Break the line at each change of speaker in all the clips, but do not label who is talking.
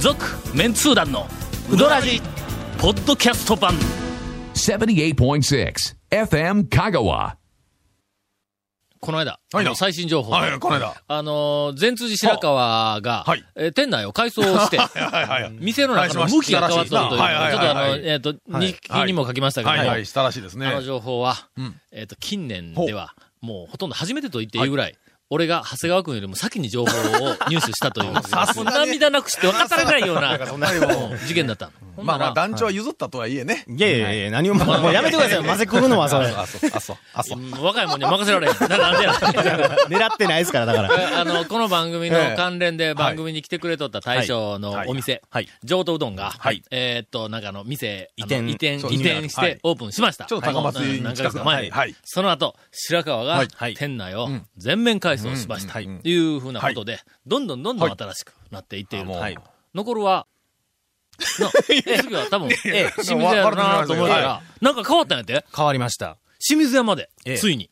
続メンツー団のウドラジポッドキャスト版
78.6 FM Kagawa.
この間、
はい
あの最新情報で、
はいこの間
あのー、善通寺白川が、
はい
えー店内を改装して、
はいはいはい。
店の中の向きが変わってるという、ちょっと
はいはいはい
あ
はい
の、えっ、と、
はい
日記にも書きましたけども、
はいはい、したらしいですね。
あの情報は、
うん
えっ、と、近年では、もうほとんど初めてと言っていいぐらい、俺が長谷川君よりも先に情報を入手したという、そんな涙なくして分かったらないようなうん事件だった。ほん
ま
なら
あまあ、団長は譲ったとはいえね。
いやいやいや、何を、もうやめてください。混ぜくるの は、それ。
あ、そう、あ、そう、あ、そう。
うん若いもんには任せられん。ななんでや。
狙ってないですから、だか ら。
あの、この番組の関連で番組に来てくれとった大将のお店、
はい。
上等うどんが、
はい
えーっと、なんかあの、店、あの
移転
移転、
そう
移転し
は
て
い
オープンしました。
ちょっと高松
はい
に
何ヶ
近
月
く
か
の
前に。
はいはい
その後、白川が
はい
はい
店内を全面改装しました。
うんうんうん
というふうなことで、どんどんどんどん新しくなっていっていると。
はい。
残るは、 な、え次は多分、ええ、清水屋やろなと思ったら、なんか変わったんやって
変わりました。
清水屋まで
え、え
ついに。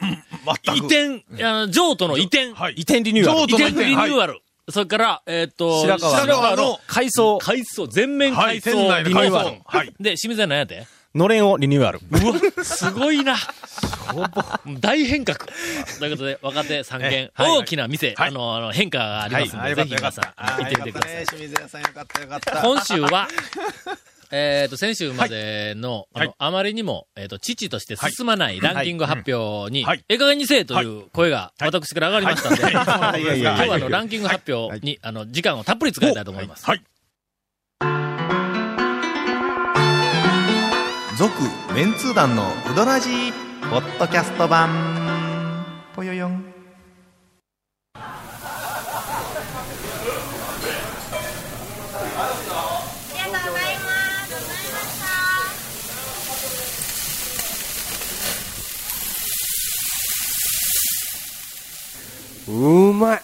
全
移
く。
転、あの、譲渡の移転。
はい。
移転リニューアル
譲
移
渡
転
の
リニューアル。それから、えーっと、
白川の
の
改装、
改装、全面
はい、
改装、
店内の
リニ
改
ューア
装
ル。。
はい。
で、清水屋なんやて
のれんをリニューアル。
うわ、すごいな。大変革。ということで、若手三軒、大きな店、
はい
あの、あの変化がありますので、ぜひ皆さん、行ってみてください。
い。清水屋さんよかったよかった。
今週は、 えっと、先週までの、あの、あまりにも、えっと、父として進まないランキング発表に
はい、
ええ加減にせえという声が私から上がりましたんで、
はい
やいや
今日はあの、ランキング発表に、あの、時間をたっぷり使いたいと思います。
はい。
続メンツー団のウドラジポッドキャスト版ぽよよん
うまい。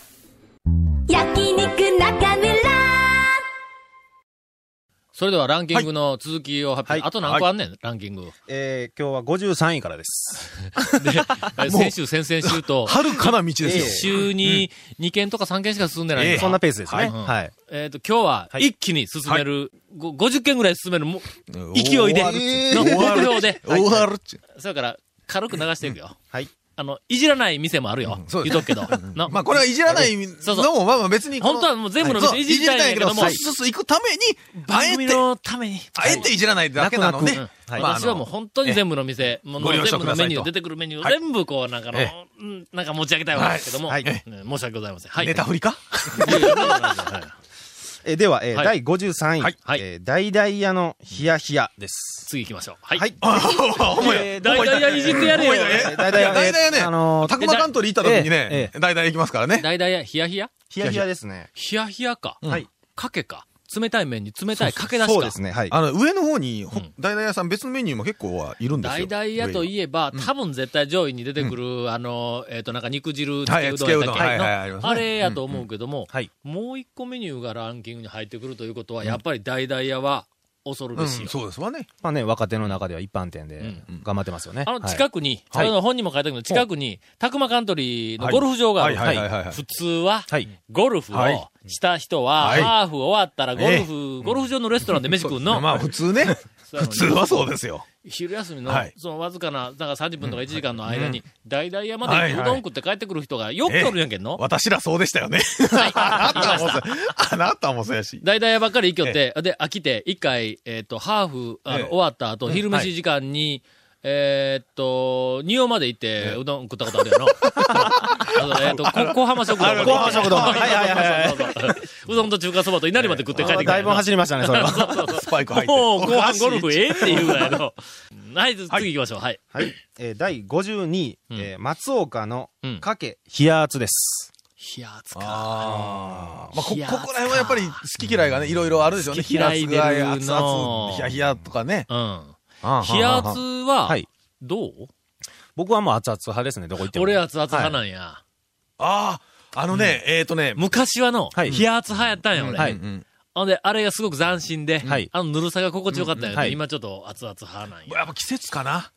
焼肉中村
それではランキングの続きを発表、
はい
あと何個あんねん、ランキ ング。
えー、今日は53位からです。
で、先週、先々週と、
はるかな道ですよ。
週に2件とか3件しか進んでない、
ええ
そんなペースですね。
はい
はい。
えっ、と、今日は
はい
一気に進める、ご50件ぐらい進めるも
うん
勢いで、の
終わ
目
る
標で、
終わるっちゅう。
それから軽く流していくよ。
はい。
あの、いじらない店もあるよ。
そうで
言
す
うとくけど。な
まあ、これはいじらない
そうそ
のも、まあまあ別にこの。
本当はもう全部の
そ
店
う
いじりたいんやけども、
いじりたいんやけどそうそうそう、行くために、あ
番
え
組
て、
のために。
あえていじらないだけなので
うん、
まああの
私はもう本当に全部の店、もの
ご了
全
承
部
く
の
ださ
メ
いと
ニュー、出てくるメニュー、
はい
全部こう、なんかの、
え
うんなんか持ち上げたいわけですけども、
はい
うん申し訳ございません。はい。
ネタ振り か
いやいやそんなことないですはい
えーでは、えー
はい
第53位。
はい
はい
えー、大々屋のヒヤヒヤです。
次行きましょう。はい。
はい。
あ、ほんまや。
えー大体やいじってやれよ。
えー大々屋
大々屋ね、
あのー
たくまカントリー行った時にね、
え
大々行きますからね。
大体や、ヒヤヒヤ
ヒヤヒヤですね。
ヒヤヒヤか。
はい。
かけか。冷たい麺に冷たいかけ出しか。
そうですね。はい。
あの、上の方に、ほ
うん
大々屋さん別のメニューも結構はいるんですよ。
大々屋と
い
いえば、多分絶対上位に出てくる、あの、えっと、なんか肉汁つ
は
け
い、
う
つ
どん
け
や
う
った
どん。
っ
はい、はい、
け
ありますね
のあれやと思うけども、
はい。
もう一個メニューがランキングに入ってくるということは、やっぱり大々屋は恐る
う
べ
ん、
しよ。
そうですわね。
まあね、若手の中では一般店で
うん
頑張ってますよね。
あの
はい
近くに、
はい
あの本にも書いてあるけど、近くに、たくまカントリーのゴルフ場がある。
はいはいはいはいはい
普通は、
はい
ゴルフ
はい
をした人は、
はい
ハーフ終わったらゴルフ、ゴルフ場のレストランで飯食うの。
まあ、普通ね。
そうやの
普
に
通はそうですよ。
昼休みの、
はい
そのわずかな、なんか30分とか1時間の間に、大々山
は
で
いは
う
い
どん食って帰ってくる人がよくおるんやけんの。
私らそうでしたよね。
はい
あ
言いま
なたも
した
そう、あなたもそう やし。
大々屋ばっかり行きよって、で、飽きて、一回、えっ、と、ハーフ、あの、
ええ
終わった後、昼飯時間に、えーっと、仁王まで行って、うどん食ったことあるやろ。あのえーっと、こ小浜食堂まで行って。
小浜食堂はいはいはい
そうそうそううどんと中華そばと稲荷まで食って帰ってきた
だ
ん
い
や
ぶ
ろ。
走りましたね、それは。
スパイク入って。
もう、後半
お
ゴル
か
フ
しい
ええっていうぐらいの。はい、次行きましょう。はい。
はい。えー第52位、
うん
えー松岡の
うん
かけ冷やつです。
冷やつか。
あーまあ、こ、こ
いや
こら辺はやっぱり好き嫌いがね、いろいろあるでしょうね。
好き嫌い出るの
冷やつが熱々、ヒヤヒヤとかね。
うん。
冷
冷や
つ
つは
はい、
どう
僕はもう熱々派ですね、どこ行っても。
俺熱々派なんや。
ああ、あのね、えっとね、
昔はの、
はい
冷や熱派やったんや、
は
俺
い。
うん
ほんで、あれがすごく斬新で
はい、
あのぬるさが心地よかったんやけ
は
ど、
い
今ちょっと熱々派なんや。
やっぱ季節かな。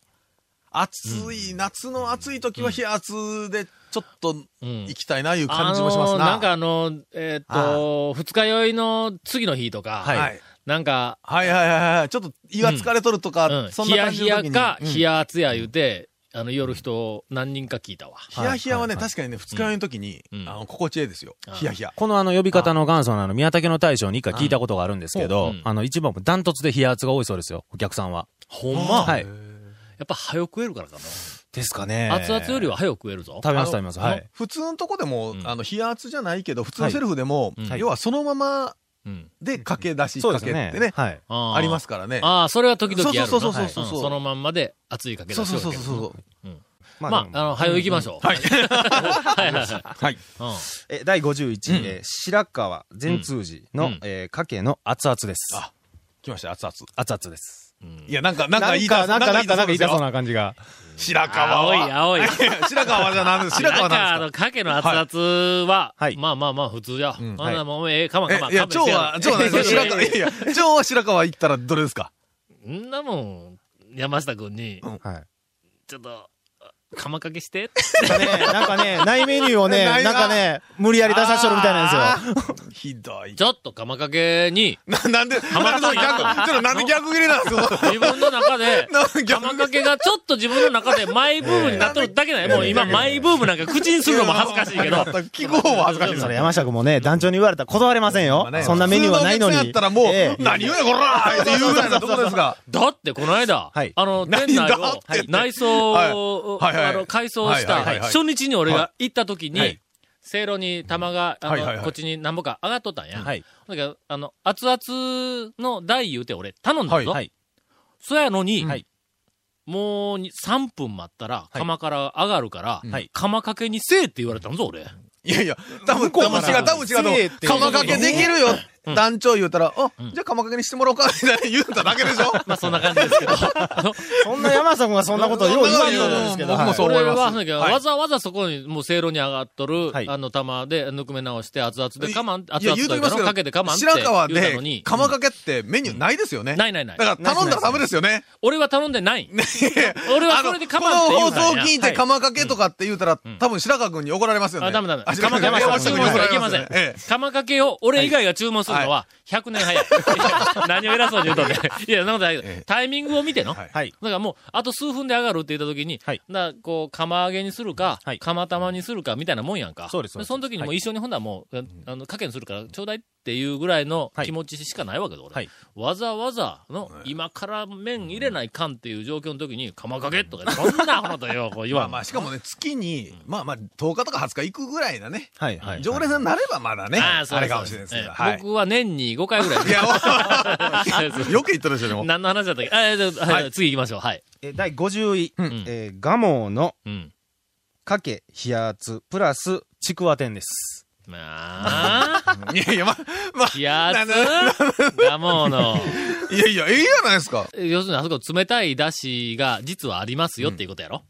暑い、夏の暑い時は冷圧でちょっと
うん
行きたいないう感じもします
あのー
な。
なんかあのー、えーっと、二日酔いの次の日とか、
はい、はい。
なんか、
はいはいはいはい。ちょっと胃が疲れとるとか、
うん、
そん
ヒ
な
ヤ
感じ
ヒ
の時
ヤ
に。
か、
うん
ヒヤ熱や言うて、あの、夜人を何人か聞いたわ。
ヒヤヒヤはね、確かにね、二日酔いの時に、
うん
あの、心地ええですよ
あ。
ヒヤヒヤ。
このあの呼び方の元祖のあの宮武の大将に一回聞いたことがあるんですけ
う
ど
ん、
あの一番もダントツで冷圧が多いそうですよ、お客さんは。
ほんま、
はい。
やっぱ早食えるからか
ですかね
な。。熱々よりは早食えるぞ。
食べます食べます。は
あの
い。
普通のとこでも、
うん
あの、冷圧じゃないけど、普通のセルフでも、
はい
要はそのまま
うん。
で駆け出し、
そう
か
です
け
ね
ってね。、
はい。
あー
ありますからね。
ああ、それは時々やる
そうそうそうそうそう
そのまんまで熱いかけ
そ
出
う
し
そう
よる
そう
わけ
そうそう。
まあ、あの、早行きましょう。はい。はいはいはい。
はい。
うん
え、第51、えー白川善通寺
う
の
ん、
えー、かけの熱々です。
あ来ました、熱々。
熱々です。
いや、なんか、なん
な
か
ん
言い
か、
た
なんか、なんか、なんか言い
言いた
たそう
な。
な感じが。
白川
青い、
は。
青い。
白川じゃなんです。白川なんで
のかけの熱々は、
はい
まあまあまあ普通や。
ん
まあもうええ、かまか
す
ま。
か。え、いや、
勘弁
蝶
して
は、 蝶は何ですか白川、いやいや、蝶は白川行ったらどれですか
んなもん、山下君に、
はい。
ちょっと、釜かけして。
なんかね、ないメニュー をね、
ない
なんかね、無理やり出さしとるみたいなんですよ。
ひどい。
ちょっと釜かけに、
な、なんで、なんでその逆、ちょっとなんで逆切れなんです か、
自分の中で
なんで
釜
逆
かけがちょっと自分の中でマイブームになっとるだけだよ。もう今マイブームなんか口にするのも恥ずかしいけど。
聞く方は 恥ずかしいです
それ山下君もね、団長に言われたら断れませんよ。そんなメニューはないのに。
普通お客さんやったら
え
も
え
う、何言うねん、こらって言うぐらいのとこですが。
だってこの間、
はい
あの、
何
店内
だ
を
って
内装を、
はいはいはい
あの、改装した、
はいはいはい
初日に俺が行った時に、
はい
せいろに玉が、あの、
はいはいはい
こっちに何ぼか上がっとったんや。
はい。
だから、あの、熱々の台言うて俺頼んだぞ。
はいはい
そやのに、
はい
もうに3分待ったら、
い
釜から上がるから、
はい
釜かけにせえって言われたんぞ、俺。
いやいや、多分、多分違う、多分違うと思う。釜かけできるよ、団長言うたら、あ、じゃあ釜かけにしてもらおうか、み たいな言うただけでしょ
まあ、そんな感じですけど。
そんな山下君がそんなことをよう言わんようなんですけど。
僕もそう思
俺
います
は、なんかわざわざそこに、もう、せいろに上がっとる、
はい
あの、玉で、ぬくめ直して、熱々で我慢、
い
熱
や、
々
言う
と
とき
い
ま
うの
すけど、
かけて我慢って
白川
言うたのに
で、、釜かけってメニューないですよね。
ないないない
だから頼んだらダメですよね。
俺は頼んで ない。俺は
あ
そ
の、
れ
こ
で
の
我慢って言
放
うたん
送
や
聞いて釜かけとかって言うたら、多分白川君に怒られますよね。
あ、ダメダメ。
あ白
釜
川
か
君
け
に
は
山
注文したらい
下君に怒られ
け
ま
ますせ
よね
ん
ええ。
釜かけを俺以外が注文するのは100年 早い。何を偉そうに言うとんねん。いや、そんなことないけど、タイミングを見ての。
はい
はい。
だからもう、あと数分で上がるって言った時に、
はい
な、こう、釜揚げにするか、
はい
釜玉にするか、みたいなもんやんか。
そうですそうです
その時にもう一緒にほんならもう、あの、かけにするから、ちょうだいっていうぐらいの
はい
気持ちしかないわけで、俺。
はい
わざわざの、今から麺入れないかんっていう状況の時に、釜かけとか、そんなことよ、こう言
ま
わ
あ
ん。
まあ、しかもね、月に、まあまあ、10日とか20日行くぐらいなね、
はい。はい。
常連さんになればまだね、
ああそう
あれ
です
かもしれないですけ
え
ど。
え
はい。
僕は年に5回ぐらい。
いや、
そう
よく言ってるでしょ、でも。
何の話だったっけあ、えっとはい次行きましょう。はい。
えー第50位、
ん
えー、ガモの
うん。
かけ冷圧プラスちくわ天です。
ま あ、
いやいや、ま、ま、
や
な
つ、ガモの。
いやいや、ええやないですか。
要するにあそこ冷たい出汁が実はありますよっていうことやろ、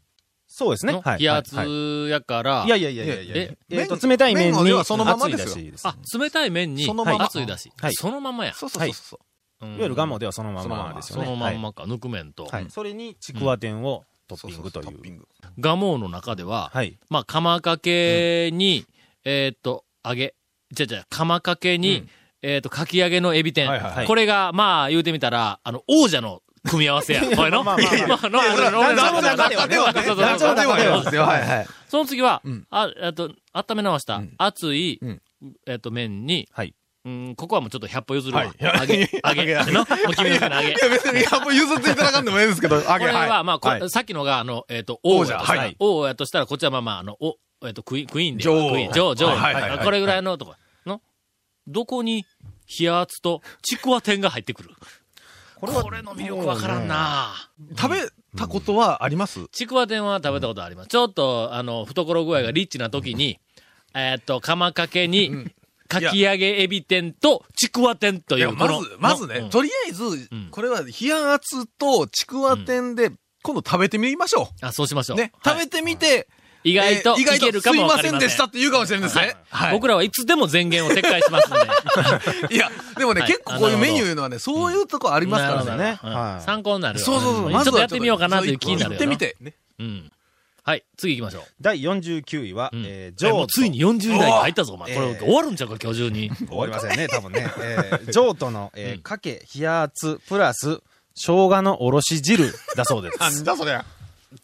そうですね
の。
はい。
冷
はいはい
圧やから、
いやいやいやいやいや
え
えーと、
麺
冷たい麺
麺
に
は
熱い
ねそのままですよ
だしですね
あ、冷たい麺に
そのまま
熱い出汁、
はい
そのままや。
そうそうそうそう。
うん
いわゆるガモではそのままですよ
そ
ね。
のまんまか、ぬく麺と。
はい。はい。それにちくわ天をトッ
そう
ピ
そ
ン
う
グ
そ
と
う
い
トッピ
う。
ング。
ガモの中では、
はい。
まあ、釜かけに、えーっと、揚げ、じゃじゃ釜かけに、えーっと、かき揚げのエビ天、
はいはい
はい
これが、まあ、言うてみたら、あの、王者の組み合わせや。これの。
まあまあまあ
まあの
いやそれは
俺の
団長の中ではね、
そうそうそう
団長の中ではですよ。はいはい。
その次は、
うん
あ、えっと、温め直した、熱い、
うん
えっと、麺に、
はい
うん、ここはもうちょっと100歩譲るわ。
はい
揚げ、揚げ、
揚げ
の、お君の好きな揚げ。
いや、別に、やっぱ譲っていただかんでもええですけど、あ
これは、まあ、こ
は
さっきのが、あの、えっと、王者と
王者
し
はい
王やとしたら、こっちはまあまあ、あの、お、えっと、クイーン、クイーンで。
女王
クイーン女王、女王
はいはいはい
これぐらいのとこ。の、どこに、冷圧と、ちくわ天が入ってくる。これの魅力わからんな
食べたことはあります
ちくわ天は食べたことあります。ちょっと、あの、懐具合がリッチな時に、えーっと、釜かけに、かき揚げエビ天と、ちくわ天と
い
い
や、
う、
ま
この
ず、まずね、
うん
とりあえず、
ん
これは冷圧とちくわ天で、今度食べてみましょ
あ、そうしましょ
う。
う。
ね、食べてみて、
意外と
えー
いけるかもわかり
すいま
ませ
せん
ん。
でしたって言うかもしれないですね。はい。
僕らはいつでも前言を撤回しますん で。
いや、でもね、
はい
結構こういうメニューいうのはね、そういうとこありますからね。
なるほど
はい
うん参考になるよ
そうそうそう。
ん
ま
ち
ず
ょっと
は
やってみようかなという気になるよ
行ってみ。て。
うん。はい、次行きましょう。
第49位は、えー、
えもう
譲渡。
ついに40代が入ったぞ、お前。これ
えー
終わるんちゃうか、今日中 に。
終わりません ね、多分ね。え ー、譲渡の、えー、かけ、冷や熱、プラス、生姜のおろし汁だそう です。
なんだそりゃ。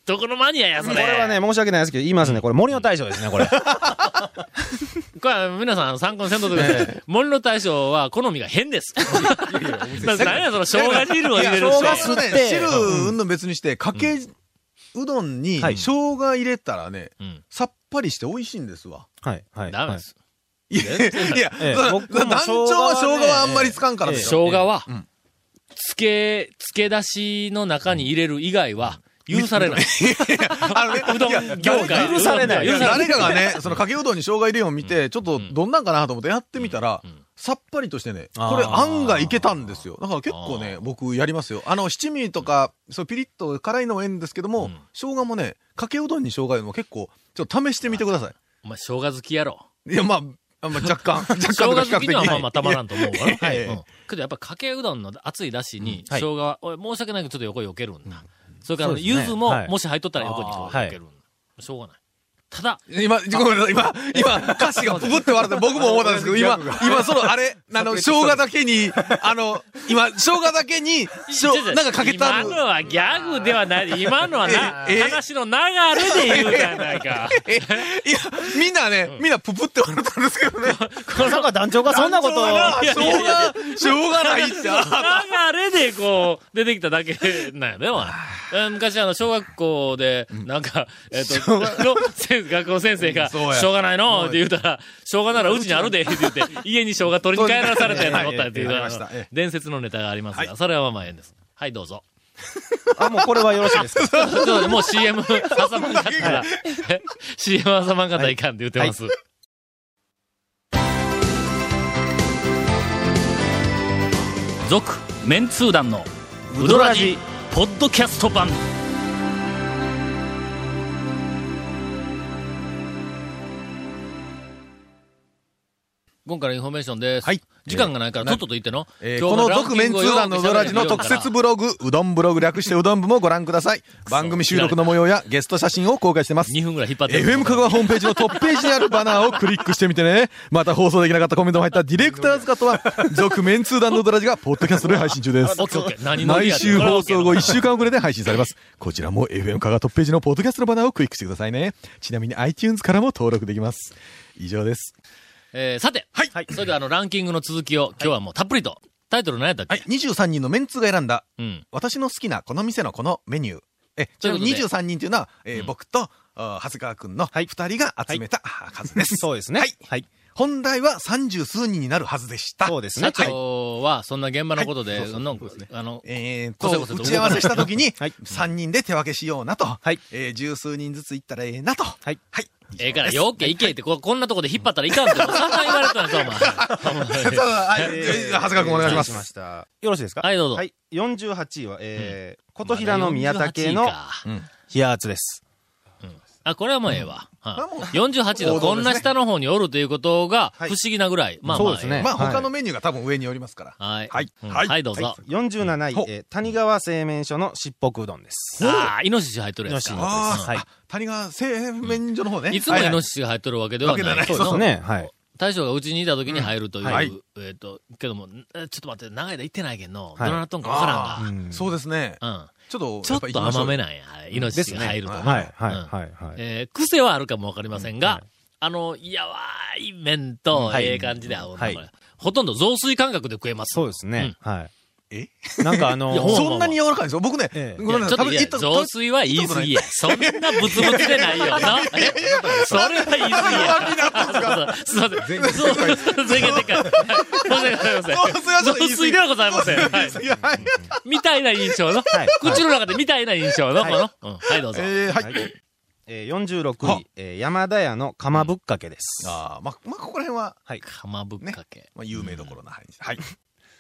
どこのマニアや、そ
こ
れ。
れはね、、申し訳ないですけど、言いますね。これ、森の大将ですね、こ れ。
これは皆さん参考にせんとってください。森の大将は好みが変です。な何や、その生姜汁を入れる
生姜
人。
酢ね、汁うんの別にして、かけうどんに生姜入れたらね
うん、
さっぱりして美味しいんですわ。
はい、はい。
ダメです。
いや、いや、
ええ
その
僕も
団長は生
生姜はね
姜はあんまり使わんからでしょ。
生姜は
ん、
漬け、漬け出しの中に入れる以外は、許され ない。
あのね
うどん
いや
業界。
許されない
許されない
誰かがね、そのかけうどんに生姜入れよう見て、ちょっとどんなんかなと思ってやってみたら、さっぱりとしてね、これ
あー
案外いけたんですよ。だから結構ね、僕やりますよ。あの、七味とか、そう、ピリッと辛いのもええんですけども、生姜もね、かけうどんに生姜入れるのも結構、ちょっと試してみてくださ
お前、生姜好きや ろ。
い。いや、まあ、あまあ若 干、若干
生姜
とか
好きにはまあまあたまら
ん。
んと思うわ な。
やいやいや
うんけどやっぱかけうどんの熱いだしに、生
はい
姜は、俺申し訳ないけどちょっと横に避けるんだ。それからあの、
そうですね
柚子も
はい
もし入っとったら横にこう避けるんだ。しょうがない。ただ、
今、ごめんなさい、今、今、歌詞がププって笑って僕も思ったんですけど、 今、今、その、あれ、あの、生姜だけに、あの、今、生姜だけに、しょ
ちょちょ
なんかかけ
今
た
のはギャグではない。今のはな、
ええ
話の流れで言うじゃないか。
え、いや、みんなね、みんなププって笑ったんですけどね。
まさか団長がそんなことを。
あ
いや
しょうが、しょうがないって。あ
流れでこう、出てきただけなんやね、お前えー昔あの、小学校で、なんか、えっと、の先学校先生が、し
そうや
ょうがないのって言うたら、しょうがならうちにあるでって言って、家にしょうが取りに帰らされたようなことやっていう
はい
あ
はいはい
の
わかりましたええ
伝説のネタがありますが、それはまあええんです。はい、どうぞ。
あ、もうこれはよろしい ですか。
ちょっともう CM 挟まんかった ら、CM 挟まんかったらいかんって言ってます。続、メンツー団のウドラジポッドキャスト版。今回のインフォメーションです。
はい
時間がないから、とっとと言っての。
えー
今日
この
ラン
続
キン
面
グを
通談のドラジの
読んで
特
みたら
設ブログ、うどんブログ略してうどん部もご覧ください。番組収録の模様やゲスト写真を公開してます。
2分ぐらい引っ張ってる。
FM 香川ホームページのトップページにあるバナーをクリックしてみてね。また放送できなかったコメントも入ったディレクターズカット は、続面通談のドラジがポッドキャストで配信中です
オッケーオッケー。何のリ
毎
アル
週放送後
これは OK な
1週間遅れで配信されます。こちらも FM 香川トップページのポッドキャストのバナーをクリックしてくださいね。ちなみに iTunes からも登録できます。以上です。
えーさて、はい、それではあのランキングの続きを今日はもうたっぷりと、タイトル何やったっけ、
はい、23人のメンツーが選んだ、
うん。
私の好きなこの店のこのメニュー。え、ちなみ
とい
に
うこと
23人というのは、えー僕と、あー長谷川くんの2人が集めたあー数です。
そうですね。
はい。
はい。
本来は三十数人になるはずでした。
そうですね
社。長はそんな現場のことで、のあの、
えーっ
こそ
と
こ、そと
打ち合わせしたときに
はい、
三人で手分けしようなと、
はい
えー十数人ずつ行ったらええなと。はいはい。
ええから、よっけいけって、ここんなとこで引っ張ったらいかんって、散々言われてたんですよ、お前。
そうそうはいえー長谷川君お願いしま
失礼
す。
したよろしいですか
はいどうぞ
はい。48位は、えー、琴平の宮武の
48か
冷や熱です。
あ、これはもうええわ。
あもう
四十48度、
王道ですね
こんな下の方におるということが、不
はい
思議なぐらい。まあまあ、
そうですね
まあ
はい
他のメニューが多分上におりますから。
はい。
はい
うんは、
はいい
どうぞ。
はい47位、えー谷川製麺所のしっぽくうどんです。
ああ、イノシシ入っとるやつ
イノシシ
か。
の
ああ、
はい
あ谷川製麺所の方ね。
いつもイノ
シ
シシが入っとるわけではない。
わけではない
そうですね。はい。
大将がうちにいた時に入るという、
うんはい
えっ、と、けども、んえちょっと待って、長い間行ってないけんの、
はい
どないなっとんかわからんが。
うん
そうですね。
うん。
ちょっと、
ちょっ
やぱ
と
行きましょ
甘
う
め。なんや、イノシシが入ると。
ですね
はい、はい、
うん
はい、はい。
えー癖はあるかもわかりませんが、あの、やわい麺と、
はい
ええ感じで合うの、
はい
これほとんど雑炊感覚で食えます。
そうですね。はい。
え
なんかあの
いやほ
ー、
そんなに柔らかいんですよ。僕ね
え、え
いや
ごめんな
ちょ
さ
っ
い。
と、いや
多分行った
雑炊は言い過ぎや。そんなブツブツでないよな。えそれは言い過ぎや。 すいません。そう全員でかい。はい申し訳ございません。
雑炊はちょっ
雑
と 言い過ぎ
炊ではございません。はい。
いやはい
みたいな印象の。
はい
口の中でみたいな印象の。このうんはい、どうぞ。
えーはい。
えー、46
は
位、えー、山田屋の釜ぶっかけです。
ああ、まあ、まあ、ここら辺は、
釜ぶっかけ。
まあ、有名どころな。はい。はい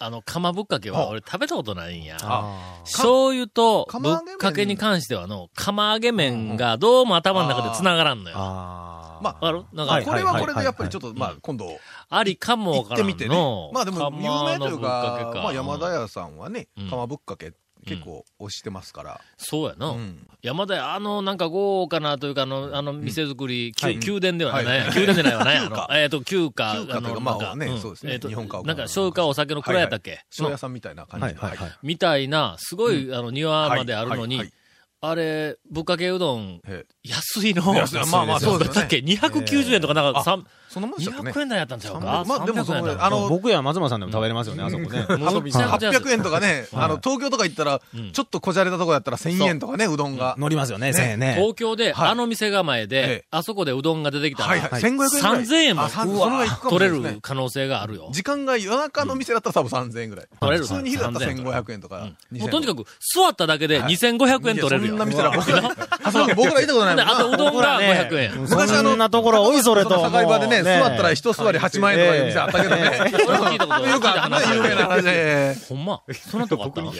あの、釜ぶっかけは俺食べたことないんや。
あ
醤油とぶ
か
っかけに関してはあの、釜揚げ麺がどうも頭の中で繋がらんのよ。
あ
ま
わかるなん
ま
か
あ、これはこれでやっぱりちょっと、
い
まあ、今度、
ありかも
行
わか
っ
ら
て
ん
みて
の
ね。。まあでも、有名とい
釜の
う
ぶっ
か
け、
まあ、山田
うん
屋さんはね
うん、
釜ぶっかけ、結構推してますから。
そうやな。
うん
山田屋、あの、なんか豪華なというか、あの、あの、店作り、きゅ
はい
宮殿ではない、
はい
宮殿じゃないわ、 なんやあ
旧
の、
家
えっと、旧家、
旧家というか
の、
まあ
なんか
ね
ん
そうですね
えーと
日本家屋
なんか、醤油かお酒の蔵やったっけ
庄屋さんみたいな感じで。
はいはいはい
は
みたいな、すごい、あの、庭
い
まであるのに、
はい
あれ、ぶっかけうどん、
はいはい
安いの。
安いまあまあそうですよね
だっけ、290円とか、なんか、
あ
さん
そのもんでしたっけね
200円台やったんちゃうか
300まあでもその
300円やった
あ
ん
の
僕や松村さんでも食べれますよね、あそこね。
ちゃ
あの
むちゃ
800円とかね、あの、東京とか行ったら
うん、
ちょっとこじゃれたとこやったら1000円とかね、うどんが。
乗りますよね、せえね。
東京で、
はい
あの店構えで、
ええ
あそこでうどんが出てきたら、
はいはい。1500円ぐらい。
3000円も、
あさん
う
その
わ
がいくかもし
取れ
れないです
る
ね。
可能性があるよ。
時間が夜中の店だったら多分3000円ぐらい。
取れる
普通に昼だったら1500円と
う
か
ん。
2000円
もうとにかく、座っただけで2500円取れるよ。
いやそんな店だ僕ら、あそこ僕ら行ったことないもん
あと、うどんが500円。
昔あの、そんなところ多い、それと。
の境場でね、座ったら一座り8万円とかいう店あったけどね。
それ聞いたことない。
よくあんな有名な話で。
ほんまそんなとこあったの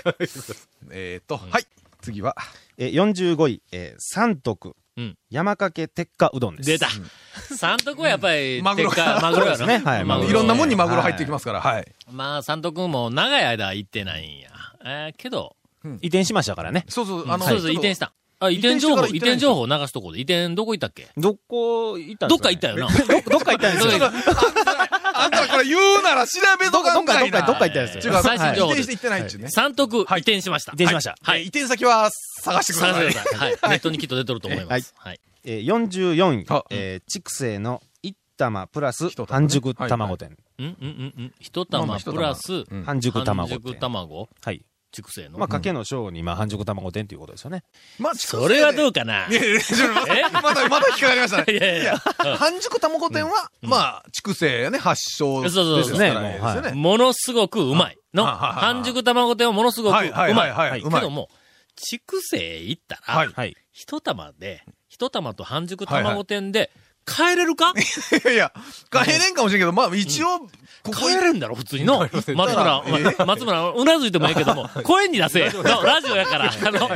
えっと、はい。次は。
え、45位、えー、三徳
うん。
山かけ鉄火うどんです。
出た。三徳はやっぱり、
マグロ
鉄火マグロや
そ
ろ
うですねはい
マグロ
いろんなもんにマグロ入ってきますから、はい。
まあ、三徳も長い間行ってないんや。えーけど、
移転しましたからね。
そうそう、あ
そう
の、
そう、移転した。あ、移転
移転して
情
か
報、
ら
移
行ってな
転
いんです
情
よ
報流すとこで。移転どこ行ったっけ
どこ行ったん
どっ
です
か行ったよな。
どどっか行ったんですよ。
あんたこれ言うなら調べ
ど
と
っか、
か
どっ
ん
か、
か
どっ
いな。
か、どっか行ったんです
ち
よ
ゅう。か
最新情報
移転して行ってないっちゅうね。
三徳、移転しました。
移転しました
はい。は
え移
い
転先は探してくだ
探し
さい
て。ください。はい。ネットにきっと出とると思います。はい。
えー、44位
あ、
えー、畜生の一玉プラス
一玉ね
半熟卵店。
うんうんうんうん。一
まあま
玉
あ一
プ
玉
ラス、
うん
半熟
半
卵店。
熟卵
はい。
熟成の。
まあ、かけの章に、まあ、半熟卵店ということですよね。
まあ、
それはど
う
うかない
やいやちょっと待ってまた、また引っかかりましたね。
いやいや
半熟卵店は、まあ、畜生ね、発祥ですから
そうそうそう
あれですよね。
ものすごくうまい。の、
あああ
半熟卵店はものすごくうまい。
はいはいはいはい
け
うまい
ども、畜生行ったら
はい、
はい。
一玉で、一玉と半熟卵店で、帰れるか
いやいや、帰れんかもしれんけど、まあ、一応、ここ
帰れるんだろ、普通にの。松
ません
村、ま松村、うなずいてもいいけども、声に出せ。のラジオやから。あの、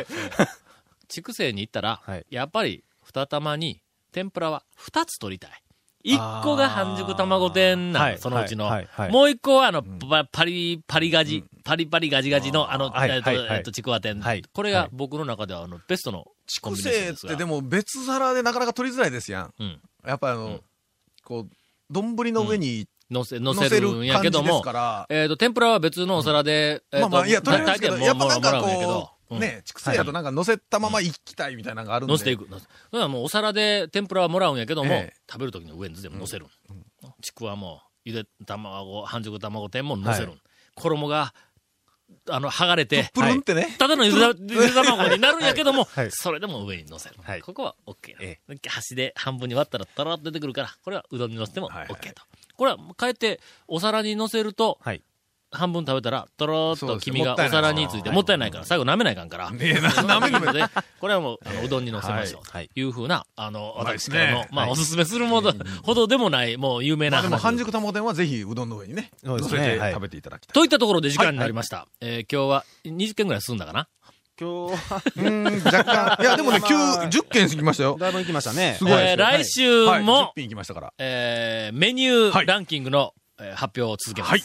畜生に行ったら
はい、
やっぱり、二玉に、天ぷらは二つ取りたい。一個が半熟卵店な
は
の、
い
そのうちの
はいはいは。い
もう一個は、あの、パパリ、パリガジ、パリパリガジガジの、あの、
はい
えっと、
はいはい
えっとちくわ店
はい。
これ
は
が
い
僕の中では、あの、ベストのコン
畜
ビネーション
生
で
っ
すが
てでも別皿でなかなか取りづらいですやん。
うん。
やっぱあの、こう、丼の上に
乗せ、乗
乗
せ
せ
る
る
んや
感
け
じ
ど
で
も
す、から、
えっ、と、天ぷらは別のお皿で、えっ、
ま
と、
あまあ、いや、取りま
大
すけ
抵
ど、
も
やっぱなんか
もらうんやけど
こ
う
う、
ん
ね、畜生やとなんか乗せたまま行きたいみたいなのがあるんで。
乗せていく。乗せだからもうお皿で天ぷらはもらうんやけども、
ええ
食べる時の上に全部乗せる、ちくわも、ゆで卵、半熟卵天も乗せる、衣が、あの、剥がれて、
プルンってね。
ただのゆ でゆで卵になるんやけども、
はい
それでも上に乗せる。
はい
ここは OK な、
え
端で半分に割ったらとろっと出てくるから、これはうどんに乗せても OK と。
はいはい
これは、かえって、お皿に乗せると、
はい。
半分食べたら、とろーっ
そう
と
ですね
黄身がお
もったいない
皿について、もったいないから、最後舐めないかんから。
ね えな
舐めるで、これはもう、あの、うどんに乗せましょう。
はいはい
というふうな、あの、
まいで
私
す
からの
ね、
まあ、おすすめするものほどでもない、もう有名な
まあでも
話。
半熟卵天はぜひうどんの上にね、
そ
乗
うで
せ
すね
て
はい
食べていただきたい。
といったところで時間になりました。えー今日は20件ぐらい進んだかな
今日は、
うん、若干。いや、でもね、
まあ
9、10件過ぎましたよ。
だいぶ行きましたね。
すごいですよ
えー来週
はい、
も、
10品いきましたから。
えーメニュー
はい
ランキングの、えー発表を続けます。
はい